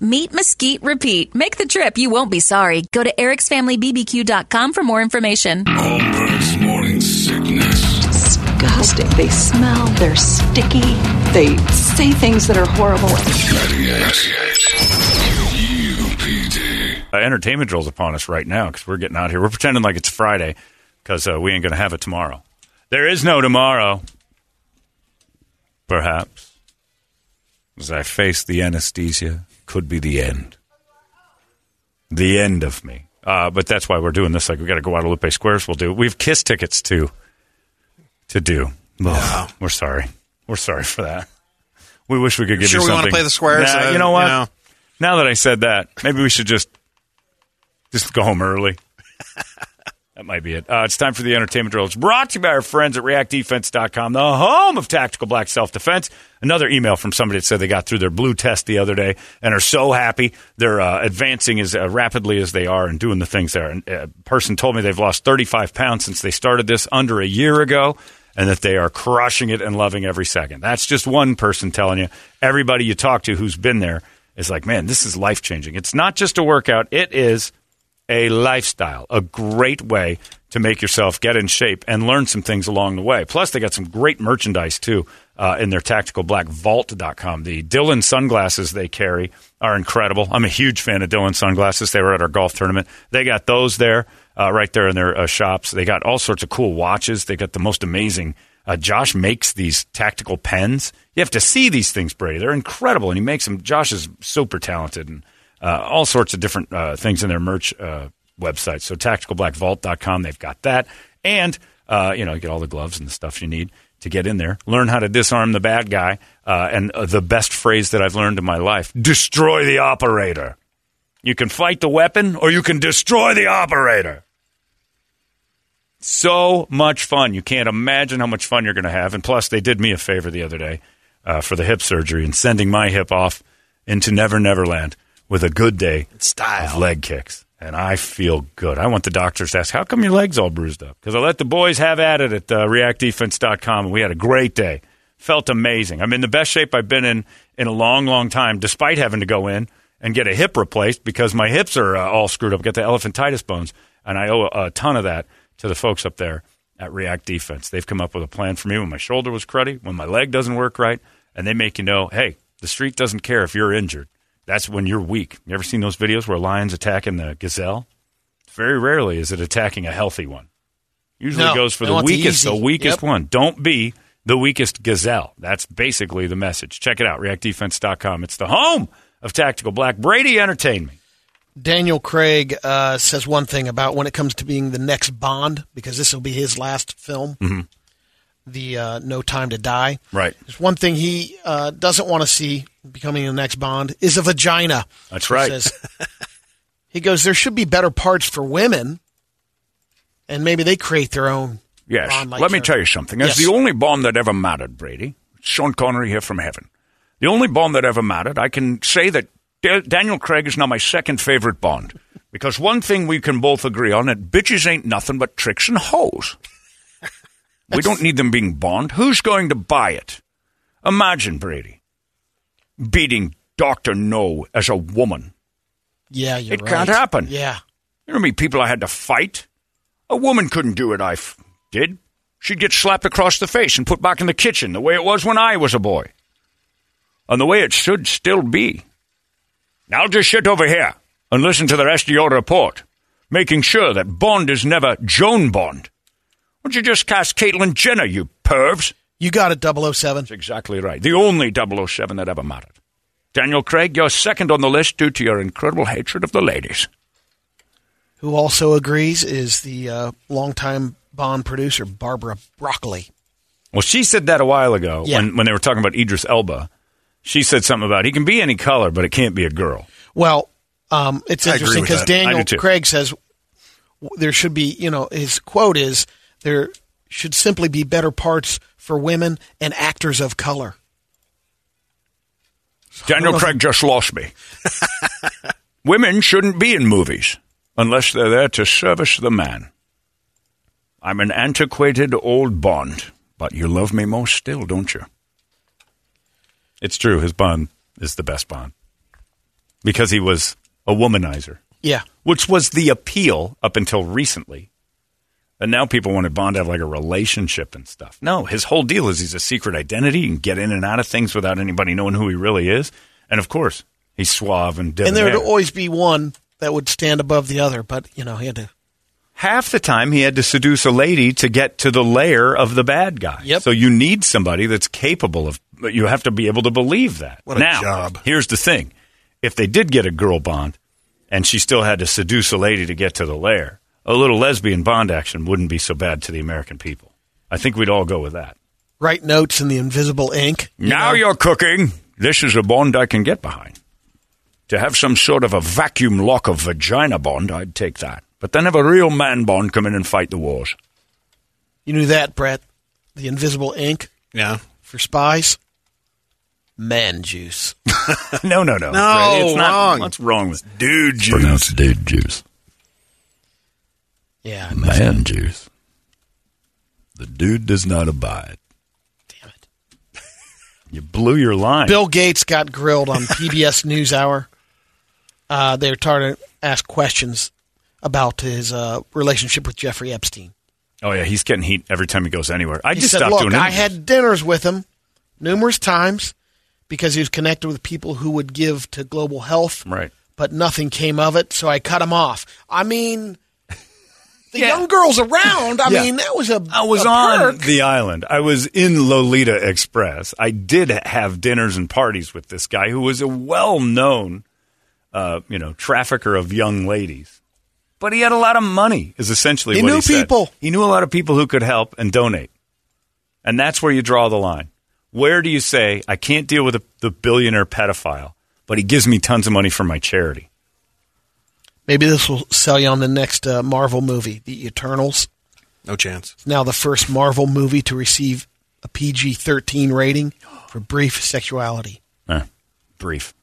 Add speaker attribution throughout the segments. Speaker 1: Meet, mesquite, repeat. Make the trip, you won't be sorry. Go to ericsfamilybbq.com for more information.
Speaker 2: Holmberg's morning sickness.
Speaker 3: disgusting. They smell, they're sticky, they say things that are horrible.
Speaker 2: 98. UPD.
Speaker 4: Uh, entertainment drills upon us right now because we're getting out here. We're pretending like it's Friday because uh, we ain't going to have it tomorrow. There is no tomorrow. Perhaps. As I face the anesthesia, could be the end. The end of me. Uh, but that's why we're doing this. Like, we got to go Guadalupe Squares. We'll do. We have kiss tickets to, to do. Ugh, We're sorry. We're sorry for that. We wish we could give
Speaker 5: sure
Speaker 4: you
Speaker 5: we
Speaker 4: something.
Speaker 5: wanna play the squares?
Speaker 4: Nah,
Speaker 5: Uh,
Speaker 4: you know what?
Speaker 5: you know.
Speaker 4: Now that I said that, maybe we should just just go home early. that might be it. Uh, it's time for the entertainment drill. It's brought to you by our friends at reactdefense.com, the home of tactical black self defense. Another email from somebody that said they got through their blue test the other day and are so happy. They're uh, advancing as uh, rapidly as they are and doing the things there. And a person told me they've lost 35 pounds since they started this under a year ago and that they are crushing it and loving every second. That's just one person telling you. Everybody you talk to who's been there is like, man, this is life changing. It's not just a workout, it is a lifestyle, a great way to make yourself get in shape and learn some things along the way. Plus, they got some great merchandise too uh, in their tactical black vault.com. The Dylan sunglasses they carry are incredible. I'm a huge fan of Dylan sunglasses. They were at our golf tournament. They got those there, uh, right there in their uh, shops. They got all sorts of cool watches. They got the most amazing. Uh, Josh makes these tactical pens. You have to see these things, Brady. They're incredible, and he makes them. Josh is super talented, and uh, all sorts of different uh, things in their merch uh, website. So tacticalblackvault.com, they've got that. And, uh, you know, you get all the gloves and the stuff you need to get in there. Learn how to disarm the bad guy. Uh, and uh, the best phrase that I've learned in my life, destroy the operator. You can fight the weapon or you can destroy the operator. So much fun. You can't imagine how much fun you're going to have. And plus, they did me a favor the other day uh, for the hip surgery and sending my hip off into Never Never Land with a good day
Speaker 5: Style.
Speaker 4: of leg kicks. And I feel good. I want the doctors to ask, how come your leg's all bruised up? Because I let the boys have at it at uh, reactdefense.com, and we had a great day. Felt amazing. I'm in the best shape I've been in in a long, long time, despite having to go in and get a hip replaced because my hips are uh, all screwed up. Got the elephantitis bones, and I owe a, a ton of that to the folks up there at React Defense. They've come up with a plan for me when my shoulder was cruddy, when my leg doesn't work right, and they make you know, hey, the street doesn't care if you're injured. That's when you're weak. You ever seen those videos where a lion's attacking the gazelle? Very rarely is it attacking a healthy one. Usually
Speaker 5: No,
Speaker 4: goes for
Speaker 5: they
Speaker 4: the
Speaker 5: want the
Speaker 4: weakest, the,
Speaker 5: easy.
Speaker 4: weakest
Speaker 5: Yep.
Speaker 4: one. Don't be the weakest gazelle. That's basically the message. Check it out, reactdefense.com. It's the home of Tactical Black. Brady, entertain me.
Speaker 6: Daniel Craig uh, says one thing about when it comes to being the next Bond, because this will be his last film,
Speaker 4: Mm-hmm.
Speaker 6: the uh, No Time to Die.
Speaker 4: Right.
Speaker 6: There's one thing he uh, doesn't want to see becoming the next Bond is a vagina.
Speaker 4: Uh, That's
Speaker 6: He
Speaker 4: right.
Speaker 6: says- he goes, there should be better parts for women, and maybe they create their own.
Speaker 4: Yes.
Speaker 6: Bond-like
Speaker 4: Let me
Speaker 6: character.
Speaker 4: tell you something. As
Speaker 6: Yes.
Speaker 4: the only Bond that ever mattered, Brady, Sean Connery here from heaven. The only Bond that ever mattered, I can say that Da- Daniel Craig is now my second favorite Bond. Because one thing we can both agree on, that bitches ain't nothing but tricks and hoes. we don't need them being Bond. Who's going to buy it? Imagine, Brady, beating Dr. No as a woman.
Speaker 6: Yeah, you're
Speaker 4: It
Speaker 6: right.
Speaker 4: can't happen.
Speaker 6: Yeah.
Speaker 4: You know how many people I had to fight? A woman couldn't do it, I f- did. She'd get slapped across the face and put back in the kitchen the way it was when I was a boy. And the way it should still be. Now just sit over here and listen to the rest of your report, making sure that Bond is never Joan Bond. Why don't you just cast Caitlyn Jenner, you pervs?
Speaker 6: You got it, 007.
Speaker 4: That's exactly right. The only 007 that oh ever mattered. Daniel Craig, you're second on the list due to your incredible hatred of the ladies.
Speaker 6: Who also agrees is the uh, longtime Bond producer, Barbara Broccoli.
Speaker 4: Well, she said that a while ago
Speaker 6: Yeah.
Speaker 4: when, when they were talking about Idris Elba. She said something about he can be any color, but it can't be a girl.
Speaker 6: Well, um, it's
Speaker 5: I agree
Speaker 6: interesting
Speaker 5: with
Speaker 6: because
Speaker 5: that. I
Speaker 4: do
Speaker 6: Daniel
Speaker 4: too.
Speaker 6: Craig says w- there should be, you know, his quote is there should simply be better parts for women and actors of color.
Speaker 4: Daniel Craig just lost me. Women shouldn't be in movies unless they're there to service the man. I'm an antiquated old Bond, but you love me most still, don't you? It's true. His Bond is the best Bond because he was a womanizer,
Speaker 6: Yeah.
Speaker 4: which was the appeal up until recently. And now people wanted Bond to have like a relationship and stuff. No, his whole deal is he's a secret identity and get in and out of things without anybody knowing who he really is. And of course, he's suave and
Speaker 6: And
Speaker 4: debonair.
Speaker 6: there would always be one that would stand above the other, but, you know, he had to.
Speaker 4: half the time he had to seduce a lady to get to the lair of the bad guy.
Speaker 6: Yep.
Speaker 4: So you need somebody that's capable of. But you have to be able to believe that.
Speaker 5: What a
Speaker 4: now,
Speaker 5: job.
Speaker 4: here's the thing: if they did get a girl Bond, and she still had to seduce a lady to get to the lair, a little lesbian Bond action wouldn't be so bad to the American people. I think we'd all go with that.
Speaker 6: write notes in the invisible ink.
Speaker 4: Now you're cooking. This is a bond I can get behind. To have some sort of a vacuum lock of vagina bond, I'd take that. But then have a real man bond come in and fight the wars.
Speaker 6: You knew that, Brett. The invisible ink
Speaker 5: Yeah.
Speaker 6: for spies. Man juice.
Speaker 4: no, no, no.
Speaker 5: No,
Speaker 4: Brady, it's not,
Speaker 5: wrong.
Speaker 4: What's wrong with
Speaker 5: Dude juice.
Speaker 2: Pronounce dude juice.
Speaker 6: Yeah.
Speaker 2: Man juice. The dude does not abide.
Speaker 6: Damn it.
Speaker 4: you? Blew your line.
Speaker 6: Bill Gates got grilled on PBS NewsHour. Uh, they were trying to ask questions about his uh, relationship with Jeffrey Epstein.
Speaker 4: oh yeah, he's getting heat every time he goes anywhere. I
Speaker 6: He
Speaker 4: just
Speaker 6: said,
Speaker 4: stopped
Speaker 6: "Look,
Speaker 4: doing it.
Speaker 6: I had dinners with him numerous times because he was connected with people who would give to global health,
Speaker 4: Right.
Speaker 6: But nothing came of it, so I cut him off. I mean, the young girls around. I
Speaker 4: Yeah.
Speaker 6: mean, that was a
Speaker 4: I was
Speaker 6: a
Speaker 4: on
Speaker 6: perk.
Speaker 4: the island. I was in Lolita Express. I did have dinners and parties with this guy who was a well-known, uh, you know, trafficker of young ladies. But he had a lot of money. Is essentially
Speaker 6: He
Speaker 4: what
Speaker 6: knew
Speaker 4: he said.
Speaker 6: people.
Speaker 4: He knew a lot of people who could help and donate, and that's where you draw the line. Where do you say I can't deal with a, the billionaire pedophile, but he gives me tons of money for my charity?
Speaker 6: Maybe this will sell you on the next uh, Marvel movie, The Eternals.
Speaker 5: No chance.
Speaker 6: It's now the first Marvel movie to receive a PG 13 rating for brief sexuality.
Speaker 4: Eh, brief.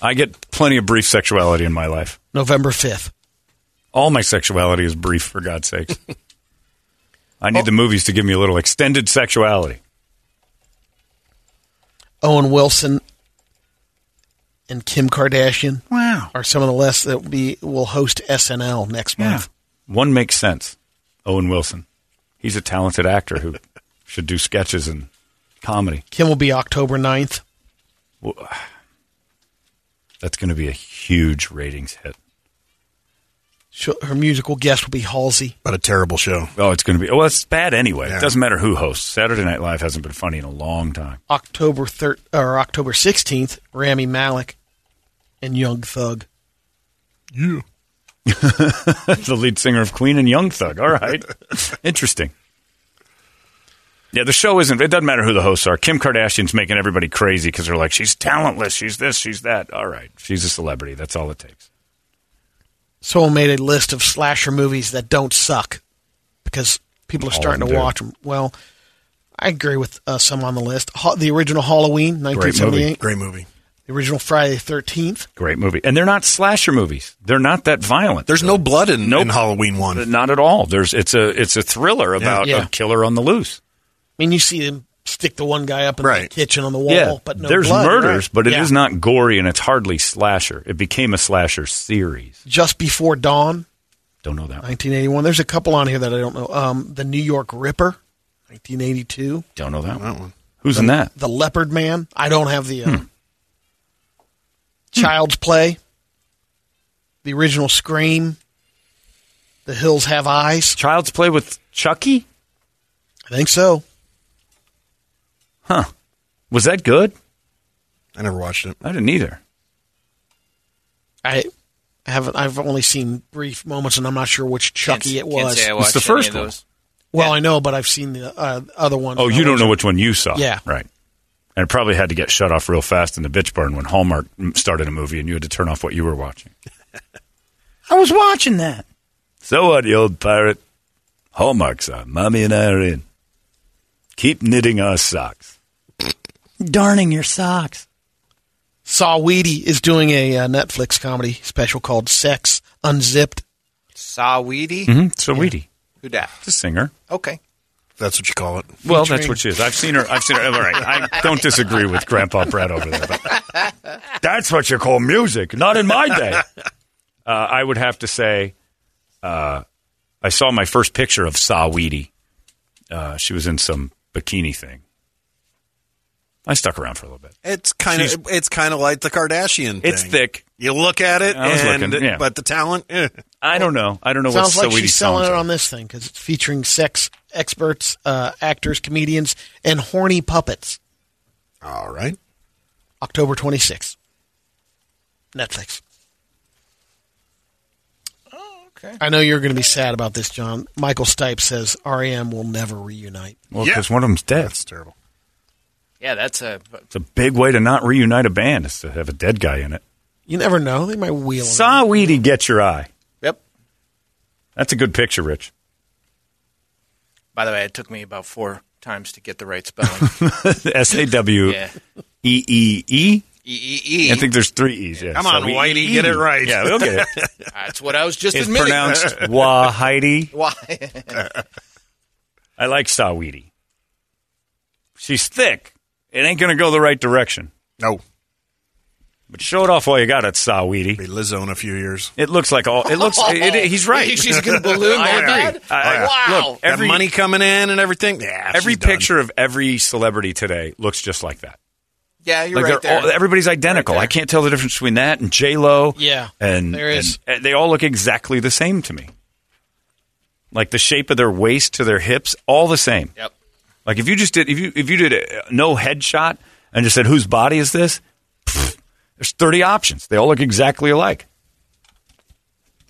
Speaker 4: I get plenty of brief sexuality in my life.
Speaker 6: November 5th.
Speaker 4: All my sexuality is brief, for God's sakes. I need the movies to give me a little extended sexuality.
Speaker 6: Owen Wilson and Kim Kardashian
Speaker 4: Wow.
Speaker 6: are some of the less that will be will host SNL next
Speaker 4: Yeah.
Speaker 6: month.
Speaker 4: One makes sense. Owen Wilson. He's a talented actor who should do sketches and comedy.
Speaker 6: Kim will be October 9th.
Speaker 4: That's going to be a huge ratings hit.
Speaker 6: She'll, her musical guest will be Halsey.
Speaker 5: But a terrible show.
Speaker 4: Oh, it's going to be. Oh, it's bad anyway.
Speaker 5: Yeah.
Speaker 4: It doesn't matter who hosts. Saturday Night Live hasn't been funny in a long time.
Speaker 6: October thir- or October 16th, Rami Malik and Young Thug.
Speaker 5: You.
Speaker 4: the lead singer of Queen and Young Thug. All right. Interesting. Yeah, the show isn't. It doesn't matter who the hosts are. Kim Kardashian's making everybody crazy because they're like, she's talentless. She's this. She's that. All right. She's a celebrity. That's all it takes.
Speaker 6: Someone made a list of slasher movies that don't suck because people are
Speaker 4: All
Speaker 6: starting
Speaker 4: of
Speaker 6: to
Speaker 4: them do.
Speaker 6: watch them. Well, I agree with uh, some on the list. Ha- the original Halloween,
Speaker 4: movie.
Speaker 6: 1978.
Speaker 5: Great movie.
Speaker 6: The original Friday the 13th.
Speaker 4: Great movie. And they're not slasher movies. They're not that violent.
Speaker 5: There's no blood in,
Speaker 4: Nope.
Speaker 5: in Halloween
Speaker 4: They're
Speaker 5: one.
Speaker 4: not at all. There's it's a it's a thriller about
Speaker 6: Yeah.
Speaker 4: a killer on the loose.
Speaker 6: I mean, you see them stick the one guy up in the
Speaker 5: Right.
Speaker 6: kitchen on the wall, but no
Speaker 4: there's
Speaker 6: blood,
Speaker 4: murders,
Speaker 6: right?
Speaker 4: but it is
Speaker 6: Yeah.
Speaker 4: not gory and it's hardly slasher. It became a slasher series.
Speaker 6: Just before dawn,
Speaker 4: Don't know that. One.
Speaker 6: 1981. There's a couple on here that I don't know. Um, the New York Ripper, 1982.
Speaker 4: Don't know that. One.
Speaker 5: That one.
Speaker 4: Who's in that?
Speaker 6: The Leopard Man. I don't have the
Speaker 4: Hmm.
Speaker 6: uh, Child's Play. The original Scream. The Hills Have Eyes.
Speaker 4: Child's Play with Chucky.
Speaker 6: I think so.
Speaker 4: Was that good?
Speaker 5: I never watched it.
Speaker 4: I didn't either.
Speaker 6: I haven't. I've only seen brief moments, and I'm not sure which Chucky it was.
Speaker 7: Can't say I
Speaker 4: It's
Speaker 7: watched
Speaker 4: the
Speaker 7: any
Speaker 4: first
Speaker 7: of
Speaker 4: one.
Speaker 7: those.
Speaker 6: Well, I know, but I've seen the uh, other one.
Speaker 4: Oh, you don't know which one you saw.
Speaker 6: Yeah.
Speaker 4: Right. And it probably had to get shut off real fast in the bitch barn when Hallmark m- started a movie and you had to turn off what you were watching.
Speaker 8: I was watching that.
Speaker 4: So what, you old pirate? Hallmark's on. Mommy and I are in. Keep knitting our socks.
Speaker 8: Darning your socks.
Speaker 6: Saw Weedy is doing a uh, Netflix comedy special called Sex Unzipped.
Speaker 7: Saweetie?
Speaker 4: Mm-hmm. So Weedy,
Speaker 7: Who dat?
Speaker 4: the singer.
Speaker 7: Okay.
Speaker 5: If that's what you call it.
Speaker 4: Well, that's what she is. I've seen her. I've seen her. All right, I don't disagree with Grandpa Brad over there. But that's what you call music. Not in my day. Uh, I would have to say, uh, I saw my first picture of Saweetie. Uh, she was in some bikini thing. I stuck around for a little bit.
Speaker 5: It's kind
Speaker 4: She's-
Speaker 5: of it's kind of like the Kardashian.
Speaker 4: It's
Speaker 5: thing.
Speaker 4: thick.
Speaker 5: You look at it,
Speaker 4: I was
Speaker 5: and
Speaker 4: looking, yeah.
Speaker 5: but the talent. eh.
Speaker 4: I don't know. I don't know
Speaker 6: Sounds
Speaker 4: what
Speaker 6: like
Speaker 4: Saweetie's
Speaker 6: she's selling
Speaker 4: songs
Speaker 6: it
Speaker 4: are.
Speaker 6: on this thing because it's featuring sex experts, uh, actors, comedians, and horny puppets.
Speaker 5: All right.
Speaker 6: October 26th. Netflix.
Speaker 7: okay.
Speaker 6: I know you're going to be sad about this, John. Michael Stipe says REM will never reunite.
Speaker 4: Well, because one of them's dead.
Speaker 5: That's terrible.
Speaker 7: Yeah, that's a.
Speaker 4: It's a big way to not reunite a band is to have a dead guy in it.
Speaker 6: You never know; they might wheel. him.
Speaker 4: Saweetie, get your eye.
Speaker 7: Yep.
Speaker 4: That's a good picture, Rich.
Speaker 7: By the way, it took me about four times to get the right spelling.
Speaker 4: S A W E
Speaker 7: yeah.
Speaker 4: E E.
Speaker 7: E E E.
Speaker 4: I think there's three E's. Yeah. E
Speaker 5: Come on, Whitey, get it right.
Speaker 4: Yeah, we'll get it.
Speaker 7: That's what I was just
Speaker 4: It's
Speaker 7: admitting.
Speaker 4: pronounced Wah Heidi.
Speaker 7: Why?
Speaker 4: I like Saweetie. She's thick. It ain't going to go the right direction.
Speaker 5: No,
Speaker 4: But show it off while you got it, Saweetie.
Speaker 5: be Lizzo in a few years.
Speaker 4: It looks like all. It looks. It, it- he's right.
Speaker 7: She's going to balloon
Speaker 4: I
Speaker 7: that
Speaker 4: agree.
Speaker 7: bad?
Speaker 4: I- I-
Speaker 7: wow.
Speaker 4: look, every
Speaker 5: that money coming in and everything. Yeah,
Speaker 4: every
Speaker 5: she's done.
Speaker 4: picture of every celebrity today looks just like that.
Speaker 7: yeah, you're
Speaker 4: like
Speaker 7: right
Speaker 4: they're
Speaker 7: there.
Speaker 4: all, everybody's identical. I can't tell the difference between that and J Lo.
Speaker 6: Yeah,
Speaker 4: and
Speaker 6: there is.
Speaker 4: and- and they all look exactly the same to me. Like the shape of their waist to their hips, all the same.
Speaker 7: Yep.
Speaker 4: Like if you just did if you if you did a, no headshot and just said whose body is this? Pfft, there's 30 options. They all look exactly alike.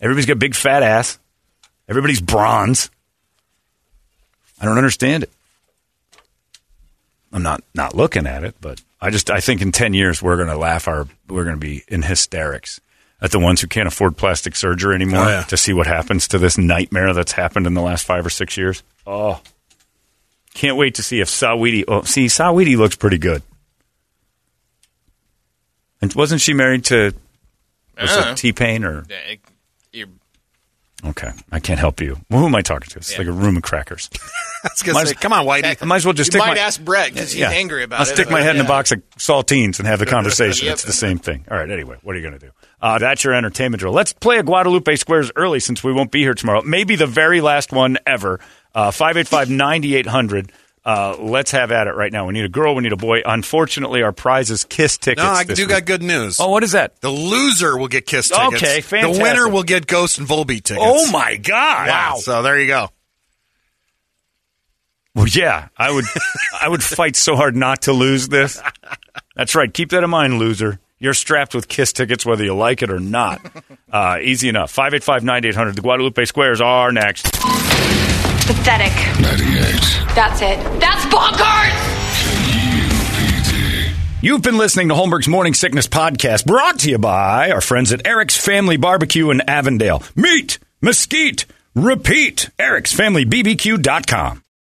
Speaker 4: Everybody's got big fat ass. Everybody's bronze. I don't understand it. I'm not not looking at it, but I just I think in 10 years we're going to laugh our we're going to be in hysterics at the ones who can't afford plastic surgery anymore
Speaker 5: Oh, yeah.
Speaker 4: to see what happens to this nightmare that's happened in the last 5 or 6 years. Oh. Can't wait to see if Saweetie Oh, see Saweetie looks pretty good. And wasn't she married to was
Speaker 7: Uh-huh.
Speaker 4: it T-Pain or
Speaker 7: Yeah, it- you're-
Speaker 4: Okay, I can't help you. Well, who am I talking to? It's
Speaker 7: Yeah.
Speaker 4: like a room of crackers.
Speaker 5: I was gonna
Speaker 4: Might
Speaker 5: say,
Speaker 4: as-
Speaker 5: come on, Whitey.
Speaker 4: I might as well just
Speaker 7: you
Speaker 4: stick
Speaker 7: might
Speaker 4: my
Speaker 7: ask Brett because he's
Speaker 4: yeah.
Speaker 7: angry about
Speaker 4: I'll
Speaker 7: it.
Speaker 4: stick my
Speaker 7: but
Speaker 4: head in a
Speaker 7: yeah.
Speaker 4: box of saltines and have the conversation.
Speaker 7: Yep.
Speaker 4: It's the same thing. All right. Anyway, what are you going to do? Uh, that's your entertainment drill. Let's play a Guadalupe Squares early since we won't be here tomorrow. Maybe the very last one ever. Uh, Five eight five ninety eight hundred. Uh, let's have at it right now. We need a girl. We need a boy. Unfortunately, our prize is kiss tickets.
Speaker 5: no, I
Speaker 4: this
Speaker 5: do
Speaker 4: week.
Speaker 5: got good news.
Speaker 4: Oh, what is that?
Speaker 5: The loser will get Kiss tickets.
Speaker 4: Okay, fantastic.
Speaker 5: The winner will get Ghost and Volbeat tickets.
Speaker 4: Oh my God!
Speaker 5: Yeah, So there you go.
Speaker 4: Well, yeah, I would. I would fight so hard not to lose this. That's right. Keep that in mind, loser. You're strapped with kiss tickets, whether you like it or not. Uh, easy enough. 585-9800. The Guadalupe Squares are next.
Speaker 9: Pathetic.
Speaker 10: 98.
Speaker 9: That's it. That's bonkers!
Speaker 10: KUPD.
Speaker 4: You've been listening to Holmberg's Morning Sickness Podcast, brought to you by our friends at Eric's Family Barbecue in Avondale. Meet, mesquite, repeat. Eric'sFamilyBBQ.com.